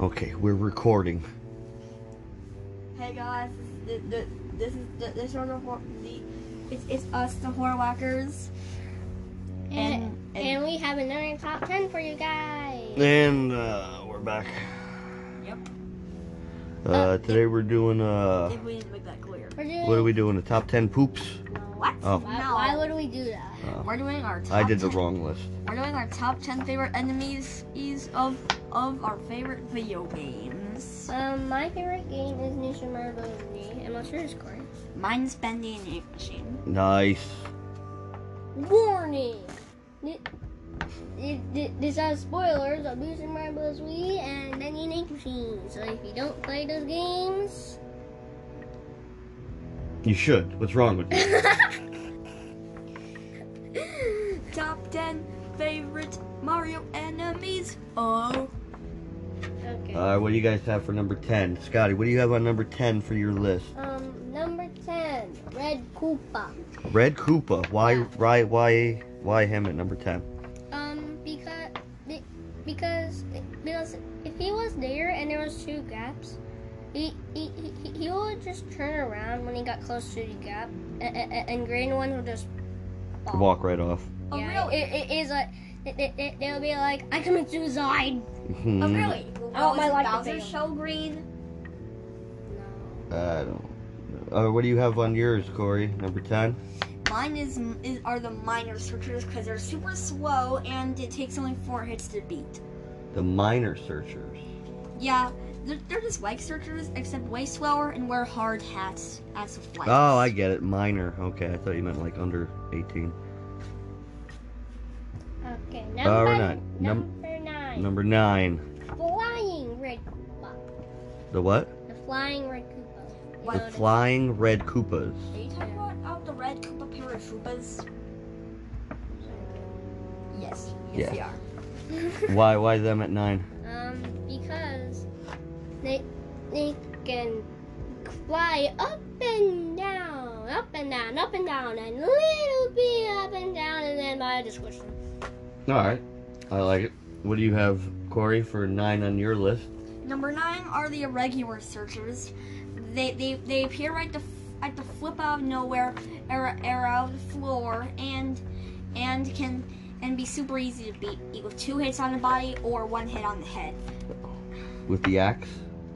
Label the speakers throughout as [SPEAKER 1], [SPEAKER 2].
[SPEAKER 1] Okay, we're recording.
[SPEAKER 2] Hey guys, this, is- th- th- this is th- this is the, hor- the it's, it's us the horror whackers.
[SPEAKER 3] And,
[SPEAKER 2] And-
[SPEAKER 3] and,
[SPEAKER 2] and-
[SPEAKER 3] we have another top 10 for you guys.
[SPEAKER 1] And uh, we're back.
[SPEAKER 2] Yep.
[SPEAKER 1] Uh, today we're doing uh,
[SPEAKER 2] If we need to make that clear.
[SPEAKER 3] We're doing,
[SPEAKER 1] what are we doing? The top ten poops.
[SPEAKER 2] What?
[SPEAKER 1] Oh.
[SPEAKER 3] Why,
[SPEAKER 2] No.
[SPEAKER 3] why would we do that?
[SPEAKER 2] We're doing our. Top
[SPEAKER 1] I did the
[SPEAKER 2] 10
[SPEAKER 1] wrong list.
[SPEAKER 2] We're doing our top ten favorite enemies is of of our favorite video games.
[SPEAKER 3] Um, my favorite game is New Super Mario Bros. Wii, and what's yours, Corey?
[SPEAKER 2] Mine's Bendy and the Ape Machine.
[SPEAKER 1] Nice.
[SPEAKER 3] Warning! Th- th- th- This has spoilers of New Super Mario Bros. Wii and Benny and Ink Machine. So if you don't play those games,
[SPEAKER 1] You should. What's wrong with you?
[SPEAKER 2] Top ten favorite Mario enemies. Oh.
[SPEAKER 3] okay.
[SPEAKER 1] All right, what do you guys have for number ten? Scotty, what do you have on number ten for your list?
[SPEAKER 3] um, number 10, Red Koopa.
[SPEAKER 1] Red Koopa. Why? Why? Why? Why him at number ten?
[SPEAKER 3] Um, because be- because because if he was there and there was two gaps, he he, he, he would just turn around when he got close to the gap, and, and, and green ones would just fall.
[SPEAKER 1] Walk right off.
[SPEAKER 2] Oh
[SPEAKER 3] Yeah,
[SPEAKER 2] really?
[SPEAKER 3] It, it is like it, it, it, they'll be like, I commit suicide.
[SPEAKER 2] oh
[SPEAKER 1] Hmm,
[SPEAKER 2] really?
[SPEAKER 3] I want my
[SPEAKER 2] Was
[SPEAKER 3] life to
[SPEAKER 2] Bowser so
[SPEAKER 3] fail.
[SPEAKER 2] green.
[SPEAKER 1] I don't. Uh, what do you have on yours, Corey? Number ten.
[SPEAKER 2] Mine is, is are the minor searchers because they're super slow and it takes only four hits to beat.
[SPEAKER 1] The minor searchers.
[SPEAKER 2] Yeah, they're, they're just like searchers, except way slower and wear hard hats as of like.
[SPEAKER 1] Oh, I get it. Minor. Okay, I thought you meant like under 18.
[SPEAKER 3] Okay,
[SPEAKER 1] Uh,
[SPEAKER 3] number
[SPEAKER 1] we're not. Num-
[SPEAKER 3] number nine,
[SPEAKER 1] Number nine.
[SPEAKER 3] flying red Koopa,
[SPEAKER 1] The what?
[SPEAKER 3] the flying red Koopa.
[SPEAKER 2] What?
[SPEAKER 3] You
[SPEAKER 1] The
[SPEAKER 3] know,
[SPEAKER 1] flying red Koopas.
[SPEAKER 2] Are you talking about out the red Koopa Paratroopas? Yes, yes,
[SPEAKER 1] Yeah.
[SPEAKER 2] they are.
[SPEAKER 1] Why? Why them at nine?
[SPEAKER 3] Um, because they they can fly up and down, up and down, up and down, and a little bit up and down, and then by just squish them.
[SPEAKER 1] All right, I like it. What do you have, Corey, for nine on your list?
[SPEAKER 2] Number nine are the irregular searchers. They they, they appear right the f- at the flip out of nowhere, air air out of the floor, and and can and be super easy to beat, either two hits on the body or one hit on the head.
[SPEAKER 1] With the axe.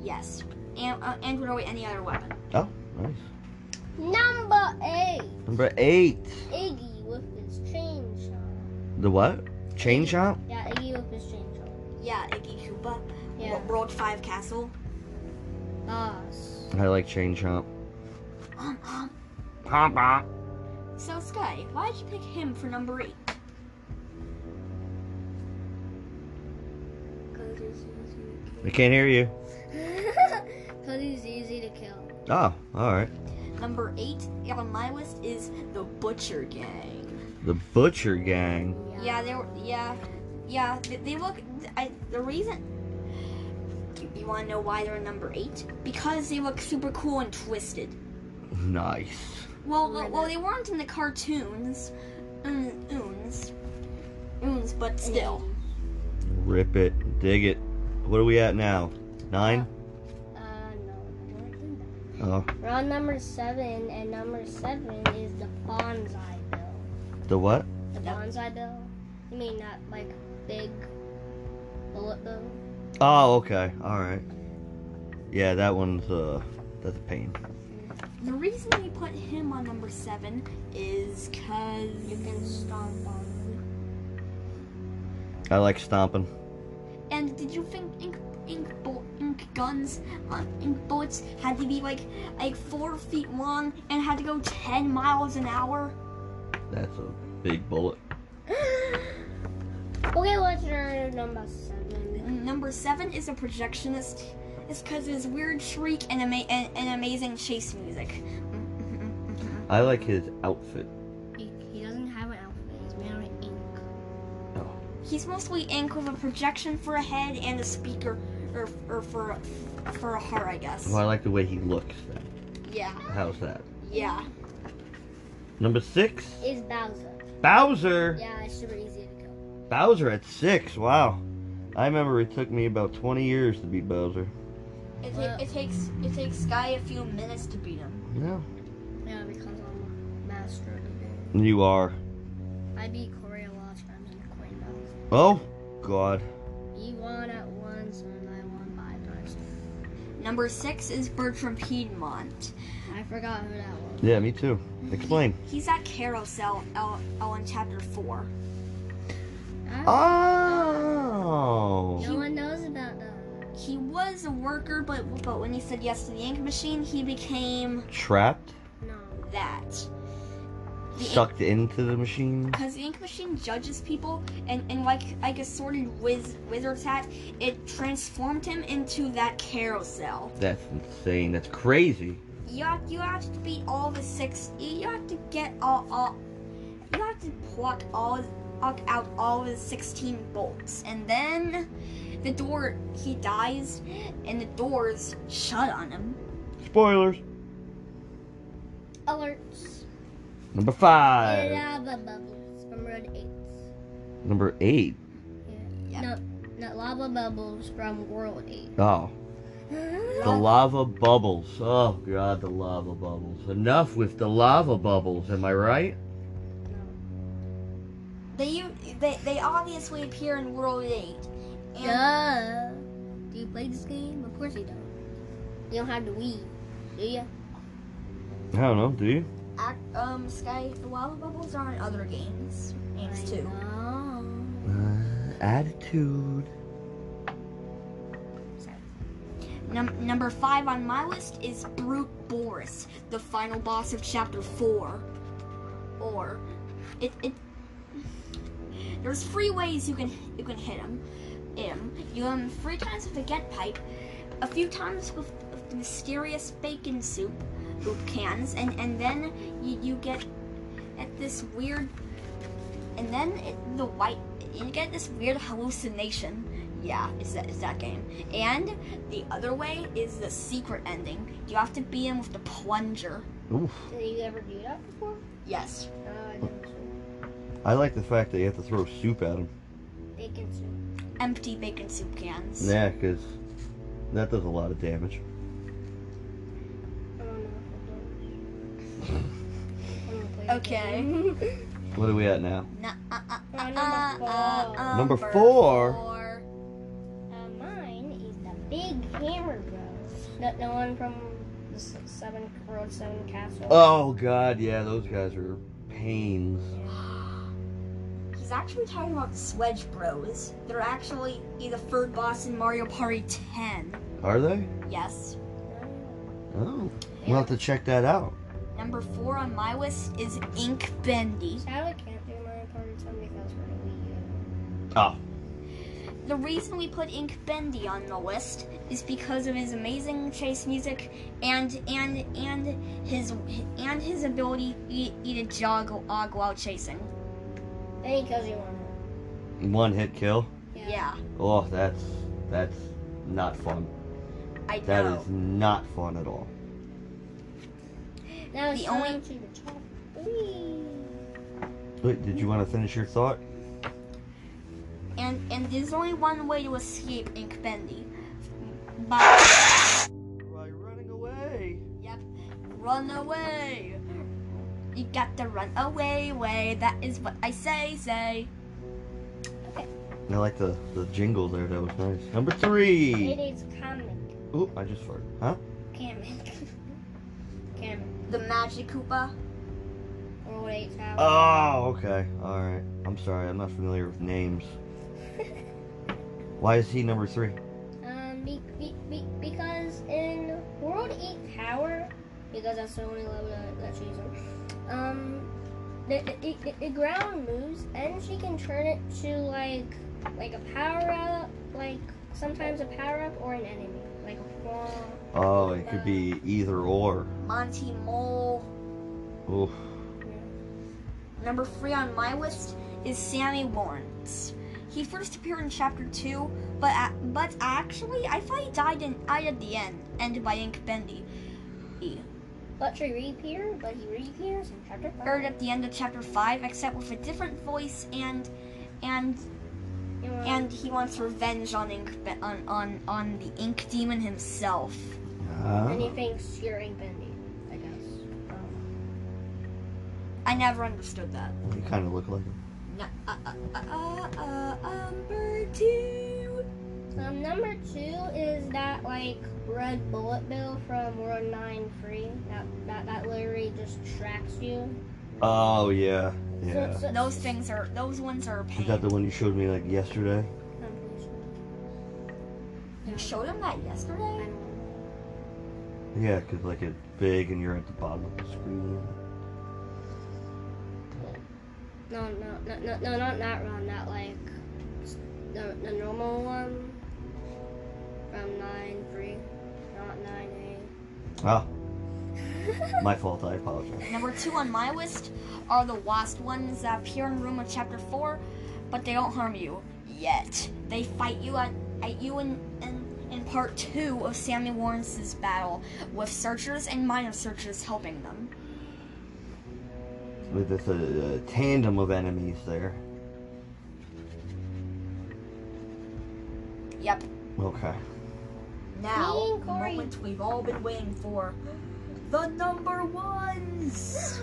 [SPEAKER 2] Yes, and uh, and really any other weapon.
[SPEAKER 1] Oh, nice.
[SPEAKER 3] Number eight,
[SPEAKER 1] Number eight.
[SPEAKER 3] Iggy with his chainsaw.
[SPEAKER 1] The what? Chain shot.
[SPEAKER 3] Yeah, Iggy with his chainsaw.
[SPEAKER 2] Yeah, Iggy Koopa,
[SPEAKER 3] Yeah,
[SPEAKER 2] World Five Castle.
[SPEAKER 3] us.
[SPEAKER 1] I like chain chomp.
[SPEAKER 2] Um, So Sky, why'd you pick him for number eight?
[SPEAKER 1] I can't hear you.
[SPEAKER 3] Cause he's easy to kill.
[SPEAKER 1] Oh, all right.
[SPEAKER 2] Number eight on my list is the Butcher Gang.
[SPEAKER 1] The butcher gang.
[SPEAKER 2] Yeah, they were. Yeah, yeah. They, they look. I, the reason. You want to know why they're number eight? Because they look super cool and twisted.
[SPEAKER 1] Nice.
[SPEAKER 2] Well, well, well, they weren't in the cartoons, mm, oons, oons, but still.
[SPEAKER 1] Rip it. Dig it. What are we at now? Nine.
[SPEAKER 3] Uh, no.
[SPEAKER 1] Oh,
[SPEAKER 3] We're on number seven, and number seven is the bonsai bill.
[SPEAKER 1] the what?
[SPEAKER 3] The
[SPEAKER 2] Yep.
[SPEAKER 3] bonsai bill? You mean not like big bullet bill?
[SPEAKER 1] Oh, okay. All right. Yeah, that one's uh, that's a pain.
[SPEAKER 2] The reason we put him on number seven is cause
[SPEAKER 3] You can stomp on
[SPEAKER 1] I like stomping.
[SPEAKER 2] And did you think ink ink bu- ink guns um, ink bullets had to be like like four feet long and had to go ten miles an hour?
[SPEAKER 1] That's a big bullet.
[SPEAKER 3] it. Okay, what's your number seven?
[SPEAKER 2] Number seven is a projectionist. It's because his weird shriek and, ama- and, and amazing chase music.
[SPEAKER 1] I like his outfit.
[SPEAKER 3] He, he doesn't have an outfit, he's made out of ink.
[SPEAKER 1] Oh,
[SPEAKER 2] He's mostly ink with a projection for a head and a speaker or, or for for a heart, I guess.
[SPEAKER 1] Well, I like the way he looks. Then.
[SPEAKER 2] Yeah,
[SPEAKER 1] How's that?
[SPEAKER 2] yeah.
[SPEAKER 1] Number six,
[SPEAKER 3] Is Bowser.
[SPEAKER 1] Bowser.
[SPEAKER 3] Yeah, it's super easy to kill.
[SPEAKER 1] Bowser at six. Wow. I remember it took me about 20 years to beat Bowser.
[SPEAKER 2] It,
[SPEAKER 3] Well-
[SPEAKER 2] ta- it takes it takes Sky a few minutes to beat him.
[SPEAKER 1] Yeah.
[SPEAKER 3] Yeah, because I'm a master of the game.
[SPEAKER 1] You are.
[SPEAKER 3] I beat Corey a lot of times in coin battles.
[SPEAKER 1] Oh, God.
[SPEAKER 3] He won at once, and I won five times.
[SPEAKER 2] Number six is Bertram Piedmont.
[SPEAKER 3] I forgot who that was.
[SPEAKER 1] Yeah, me too. Explain.
[SPEAKER 2] He's at Carousel L, L in Chapter Four.
[SPEAKER 3] I-
[SPEAKER 1] Oh.
[SPEAKER 3] no one knows about that.
[SPEAKER 2] He was a worker, but but when he said yes to the ink machine, he became
[SPEAKER 1] Trapped?
[SPEAKER 3] No.
[SPEAKER 2] that.
[SPEAKER 1] Sucked into the machine?
[SPEAKER 2] Because the ink machine judges people, and, and like like a sorted wiz, wizard's hat, it transformed him into that carousel.
[SPEAKER 1] That's insane. That's crazy.
[SPEAKER 2] You have, you have to beat all the six. You have to get all all. You have to pluck all pluck out all the sixteen bolts, and then the door he dies, and the doors shut on him.
[SPEAKER 1] Spoilers.
[SPEAKER 3] Alerts.
[SPEAKER 1] Number five.
[SPEAKER 3] Lava bubbles from Road 8.
[SPEAKER 1] Number eight.
[SPEAKER 2] Yeah.
[SPEAKER 3] No, not lava bubbles from World 8.
[SPEAKER 1] Oh. The lava bubbles. Oh, God, the lava bubbles. Enough with the lava bubbles, am I right?
[SPEAKER 2] They u- they they obviously appear in World Eight. And
[SPEAKER 3] Duh. Do you play this game? Of course you don't. You don't have the Wii, do you?
[SPEAKER 1] I don't know, do you?
[SPEAKER 2] Ac- um, Sky, the lava bubbles are in other games. Games too.
[SPEAKER 3] No.
[SPEAKER 1] Uh, attitude.
[SPEAKER 2] Num- number five on my list is Brute Boris, the final boss of Chapter Four. Or, it it. There's three ways you can you can hit him. Him. You hit him three times with a get pipe, a few times with, with the mysterious bacon soup soup cans, and and then you, you get at this weird. And then it, the white, you get this weird hallucination. Yeah, it's that, it's that game. And the other way is the secret ending. You have to beat him with the plunger.
[SPEAKER 1] Oof.
[SPEAKER 3] Did you ever do that before?
[SPEAKER 2] Yes.
[SPEAKER 3] No, I never saw.
[SPEAKER 1] I like the fact that you have to throw soup at him.
[SPEAKER 3] Bacon soup.
[SPEAKER 2] Empty bacon soup cans.
[SPEAKER 1] Yeah, because that does a lot of damage.
[SPEAKER 3] I don't know if it does. I'm gonna play it
[SPEAKER 2] Okay.
[SPEAKER 3] again.
[SPEAKER 1] What are we at now?
[SPEAKER 2] Na- uh, uh,
[SPEAKER 3] Oh,
[SPEAKER 2] uh,
[SPEAKER 3] number
[SPEAKER 2] uh,
[SPEAKER 1] Number
[SPEAKER 2] uh,
[SPEAKER 3] four.
[SPEAKER 1] four?
[SPEAKER 2] four.
[SPEAKER 3] uh, mine is the Big Hammer Bros. No, no one from the s- Seven Road Seven Castle.
[SPEAKER 1] Oh, God, yeah, those guys are pains.
[SPEAKER 2] He's actually talking about the Sledge Bros. They're actually the third boss in Mario Party 10.
[SPEAKER 1] Are they?
[SPEAKER 2] Yes.
[SPEAKER 1] Oh. We'll have to check that out.
[SPEAKER 2] Number four on my list is Ink Bendy.
[SPEAKER 3] Sadly, can't do my party time because we're gonna leave you.
[SPEAKER 1] Oh.
[SPEAKER 2] The reason we put Ink Bendy on the list is because of his amazing chase music and and and his and his ability to, to jog og while chasing.
[SPEAKER 3] Then he kills you on
[SPEAKER 1] One hit kill?
[SPEAKER 3] Yeah.
[SPEAKER 2] Yeah,
[SPEAKER 1] Oh, that's, that's not fun.
[SPEAKER 2] I
[SPEAKER 1] That is
[SPEAKER 2] know.
[SPEAKER 1] not fun at all.
[SPEAKER 3] Now it's
[SPEAKER 2] The
[SPEAKER 3] time
[SPEAKER 2] only-
[SPEAKER 3] to the top three.
[SPEAKER 1] Wait, did you want to finish your thought?
[SPEAKER 2] And and there's only one way to escape Ink Bendy, by
[SPEAKER 1] By running away.
[SPEAKER 2] run away. You got to run away, way. That is what I say, say.
[SPEAKER 1] I like the, the jingle there. That was nice. Number three.
[SPEAKER 3] It is comic.
[SPEAKER 1] Oop, I just farted. Huh?
[SPEAKER 3] Comic. comic.
[SPEAKER 2] The Magic Koopa.
[SPEAKER 3] World 8 Tower.
[SPEAKER 1] Oh, okay. All right. I'm sorry. I'm not familiar with names. Why is he number three?
[SPEAKER 3] Um, be, be, be, because in World 8 Tower, because that's the only level that, that she's on, um, the, the, the, the ground moves and she can turn it to like like a power up, like sometimes a power up or an enemy, like a wall.
[SPEAKER 1] Oh, it could be either or.
[SPEAKER 2] Monty Mole.
[SPEAKER 1] Oof.
[SPEAKER 2] Number three on my list is Sammy Lawrence. He first appeared in chapter two, but a- but actually, I thought he died in I at the end, ended by Ink Bendy,
[SPEAKER 3] But she reappears, but he reappears in chapter
[SPEAKER 2] aired
[SPEAKER 3] 5.
[SPEAKER 2] at the end of chapter five, except with a different voice and and
[SPEAKER 3] You want-
[SPEAKER 2] and he wants revenge on ink on on on the ink demon himself.
[SPEAKER 3] and he
[SPEAKER 1] Ah.
[SPEAKER 3] thinks you're ink bending, I guess. Um,
[SPEAKER 2] I never understood that.
[SPEAKER 1] You kind of look like him.
[SPEAKER 2] N- Uh, uh, uh, uh, uh, number two.
[SPEAKER 3] Um, number two is that like red bullet bill from World Nine Free. That that, that literally just tracks you.
[SPEAKER 1] Oh yeah,
[SPEAKER 3] So-
[SPEAKER 1] yeah.
[SPEAKER 3] so-
[SPEAKER 2] Those things are those ones are a
[SPEAKER 1] Is that the
[SPEAKER 2] pain.
[SPEAKER 1] one you showed me like yesterday?
[SPEAKER 3] I'm pretty sure.
[SPEAKER 2] You showed him that
[SPEAKER 3] I
[SPEAKER 2] yesterday.
[SPEAKER 3] don't-
[SPEAKER 1] Yeah, 'cause like it's big and you're at the bottom of the screen.
[SPEAKER 3] No, no, no, no, no, not that one. That like s- the, the normal one from Nine Free, not Nine A.
[SPEAKER 1] Ah, my fault. I apologize.
[SPEAKER 2] Number two on my list are the wasp ones uh, that appear in Room of Chapter Four, but they don't harm you yet. They fight you at, at you in, in in part two of Sammy Lawrence's battle, with searchers and minor searchers helping them.
[SPEAKER 1] With this uh, uh, tandem of enemies there.
[SPEAKER 2] Yep.
[SPEAKER 1] Okay.
[SPEAKER 2] Now,
[SPEAKER 3] Me and
[SPEAKER 2] the
[SPEAKER 3] Corey.
[SPEAKER 2] moment we've all been waiting for. The number ones!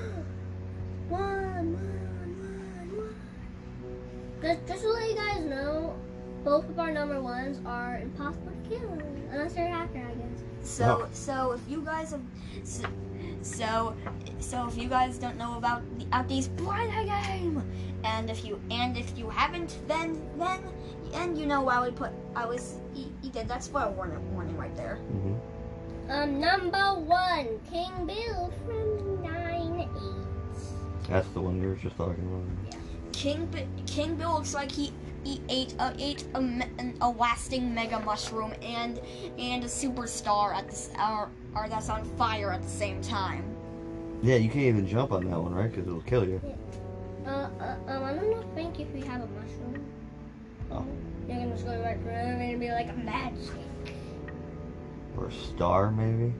[SPEAKER 3] One, one, one, one. Just, just to let you guys know, both of our number ones are impossible to kill, unless you're a hacker, I guess.
[SPEAKER 2] So, so if you guys have, so, so, so if you guys don't know about the Outday's Blind Eye game, and if you and if you haven't, then then and you know why we put I was he, he did that's what a warning warning right there.
[SPEAKER 1] hmm
[SPEAKER 3] Um, number one, King Bill from Nine Eight.
[SPEAKER 1] That's the one you were just talking about.
[SPEAKER 2] King B- King Bill looks like he. He ate a ate a, me- an, a lasting mega mushroom and and a superstar at this hour or that's on fire at the same time.
[SPEAKER 1] Yeah, you can't even jump on that one, right? 'Cause it'll kill you.
[SPEAKER 3] Uh, uh, um, I don't know, think if you have a mushroom.
[SPEAKER 1] Oh.
[SPEAKER 3] You're gonna just go right for him and be like, magic.
[SPEAKER 1] Or a star, maybe.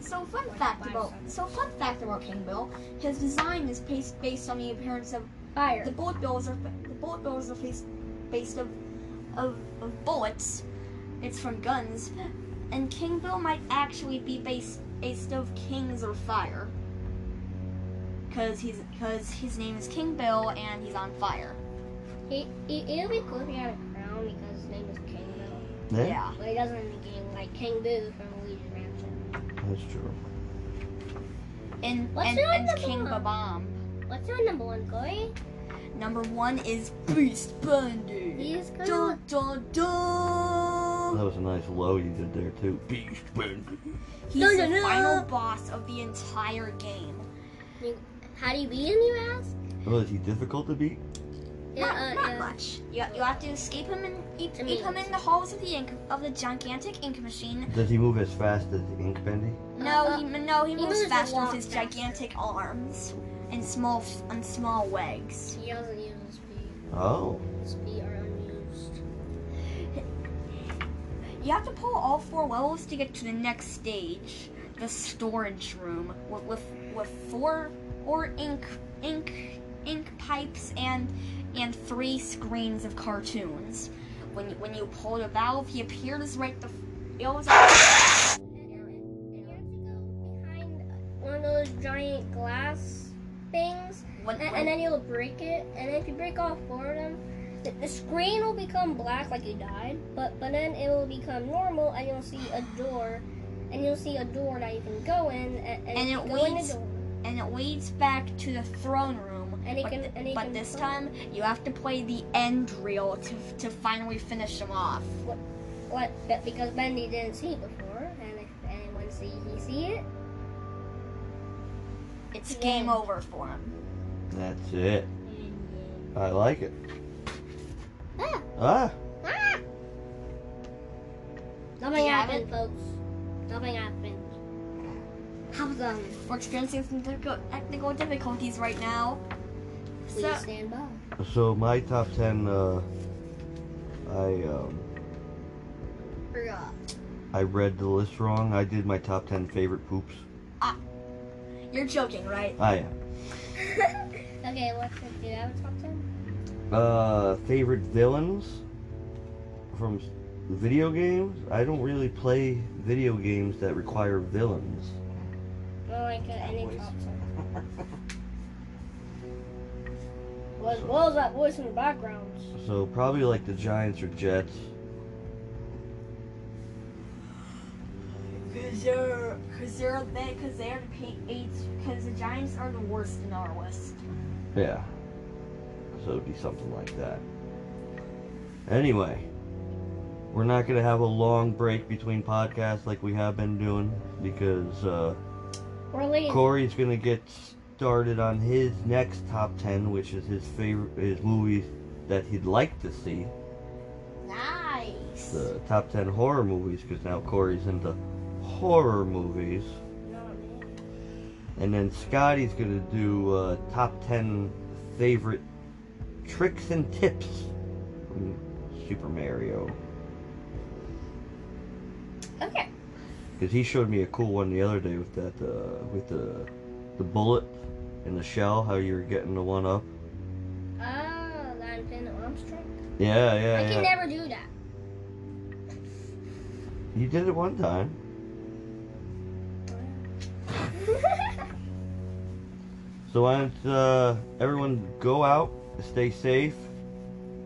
[SPEAKER 2] So fun fact about so fun fact about King Bill, his design is based based on the appearance of
[SPEAKER 3] Fire.
[SPEAKER 2] the bullet bills are the bullet bills are based based of of, of bullets. It's from guns, and King Bill might actually be based based of kings or fire. Cause he's cause his name is King Bill and he's on fire.
[SPEAKER 3] It, it, it'll be cool if he had a crown because his name is King Bill.
[SPEAKER 1] Yeah,
[SPEAKER 3] But he doesn't in the game, like King Boo from Luigi's Mansion.
[SPEAKER 1] that's true.
[SPEAKER 2] And
[SPEAKER 3] What's
[SPEAKER 2] and,
[SPEAKER 3] your
[SPEAKER 2] and
[SPEAKER 3] number
[SPEAKER 2] King
[SPEAKER 3] one?
[SPEAKER 2] Babam.
[SPEAKER 3] What's your number one, Corey?
[SPEAKER 2] Number one is Beast Bandit.
[SPEAKER 3] He's kinda
[SPEAKER 2] Dun dun dun.
[SPEAKER 1] That was a nice low you did there too. Beast Bandit.
[SPEAKER 2] He's
[SPEAKER 3] No,
[SPEAKER 2] the
[SPEAKER 3] no, no.
[SPEAKER 2] final boss of the entire game.
[SPEAKER 3] How do you beat him, you ask?
[SPEAKER 1] Oh, is he difficult to beat?
[SPEAKER 2] not,
[SPEAKER 3] uh,
[SPEAKER 2] not
[SPEAKER 3] yeah.
[SPEAKER 2] much. You, you have to escape him and escape
[SPEAKER 3] I mean-
[SPEAKER 2] him in the halls of the ink of the gigantic ink machine.
[SPEAKER 1] Does he move as fast as the Ink Bendy?
[SPEAKER 2] No,
[SPEAKER 3] Uh,
[SPEAKER 2] he, no, he,
[SPEAKER 3] he
[SPEAKER 2] moves
[SPEAKER 3] moves a
[SPEAKER 2] faster with
[SPEAKER 3] lot
[SPEAKER 2] his
[SPEAKER 3] faster.
[SPEAKER 2] gigantic arms and small and small legs.
[SPEAKER 3] He doesn't use his feet.
[SPEAKER 1] Oh.
[SPEAKER 3] His feet are unused.
[SPEAKER 2] You have to pull all four levels to get to the next stage, the storage room, with with, with four or ink ink ink pipes and and three screens of cartoons. When you, when you pull the valve, he appears right the. It was
[SPEAKER 3] You have to go behind one of those giant glass things,
[SPEAKER 2] when,
[SPEAKER 3] and, and
[SPEAKER 2] when,
[SPEAKER 3] then you'll break it. And if you break all four of them, the, the screen will become black like you died, but, but then it will become normal, and you'll see a door. And you'll see a door that you can go in, and,
[SPEAKER 2] And
[SPEAKER 3] you
[SPEAKER 2] it
[SPEAKER 3] go in
[SPEAKER 2] leads-
[SPEAKER 3] the door,
[SPEAKER 2] and it leads back to the throne room.
[SPEAKER 3] and it
[SPEAKER 2] But,
[SPEAKER 3] can.
[SPEAKER 2] th-
[SPEAKER 3] and it
[SPEAKER 2] but
[SPEAKER 3] can
[SPEAKER 2] this
[SPEAKER 3] go.
[SPEAKER 2] time, you have to play the end reel to, to finally finish him off.
[SPEAKER 3] What? But because Bendy didn't see it before, and if anyone see he see it,
[SPEAKER 2] It's
[SPEAKER 3] Yeah.
[SPEAKER 2] game over for him.
[SPEAKER 1] That's it. I like it.
[SPEAKER 3] Ah.
[SPEAKER 1] Ah.
[SPEAKER 3] Ah!
[SPEAKER 2] Do
[SPEAKER 3] nothing
[SPEAKER 2] you have
[SPEAKER 3] happened, folks. Nothing happened. Have them.
[SPEAKER 2] We're experiencing some difficult- technical difficulties right now.
[SPEAKER 3] Please
[SPEAKER 2] So,
[SPEAKER 3] stand by.
[SPEAKER 1] So my top ten, uh, I um,
[SPEAKER 3] Forgot.
[SPEAKER 1] I read the list wrong. I did my top ten favorite poops. Ah,
[SPEAKER 2] you're joking, right?
[SPEAKER 1] I am.
[SPEAKER 3] okay, what's it? Do you have a top ten?
[SPEAKER 1] uh, favorite villains from s- video games. I don't really play video games that require villains.
[SPEAKER 3] More like uh, any
[SPEAKER 4] Boys.
[SPEAKER 3] top song. Well, as well as that voice in the background.
[SPEAKER 1] So probably like the Giants or Jets.
[SPEAKER 2] Cause they're, cause they're, they, cause they're the pa- eights. Cause the Giants are the worst in our list.
[SPEAKER 1] Yeah. So it'd be something like that. Anyway, we're not gonna have a long break between podcasts like we have been doing because uh,
[SPEAKER 3] We're late.
[SPEAKER 1] Corey's gonna get started on his next top ten, which is his favorite his movies that he'd like to see.
[SPEAKER 2] Nice.
[SPEAKER 1] The top ten horror movies, because now Corey's into horror movies. And then Scotty's gonna do uh, top ten favorite tricks and tips from Super Mario.
[SPEAKER 3] Okay.
[SPEAKER 1] Because he showed me a cool one the other day with that uh, with the the bullet and the shell, how you were getting the one up.
[SPEAKER 3] Ah, that I'm playing the Armstrong.
[SPEAKER 1] Yeah, yeah,
[SPEAKER 3] I
[SPEAKER 1] yeah.
[SPEAKER 3] can never do that.
[SPEAKER 1] You did it one time. So why don't uh, everyone go out, stay safe.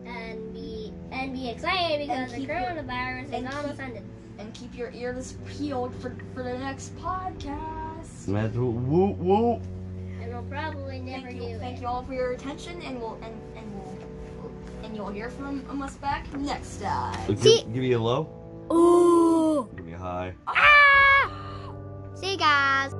[SPEAKER 3] and be and be excited because the
[SPEAKER 2] keep your-
[SPEAKER 3] coronavirus
[SPEAKER 2] and
[SPEAKER 3] is almost
[SPEAKER 2] keep-
[SPEAKER 3] ended.
[SPEAKER 2] And keep your ears peeled for for the next podcast.
[SPEAKER 1] And that's woo woo.
[SPEAKER 3] And we'll probably never
[SPEAKER 2] Thank
[SPEAKER 3] do
[SPEAKER 2] you,
[SPEAKER 3] it.
[SPEAKER 2] thank you all for your attention, and we'll and and we'll and you'll hear from us back next time.
[SPEAKER 1] Give,
[SPEAKER 3] See-
[SPEAKER 1] give me a low.
[SPEAKER 3] Ooh.
[SPEAKER 1] Give me a high.
[SPEAKER 3] Ah! See you guys.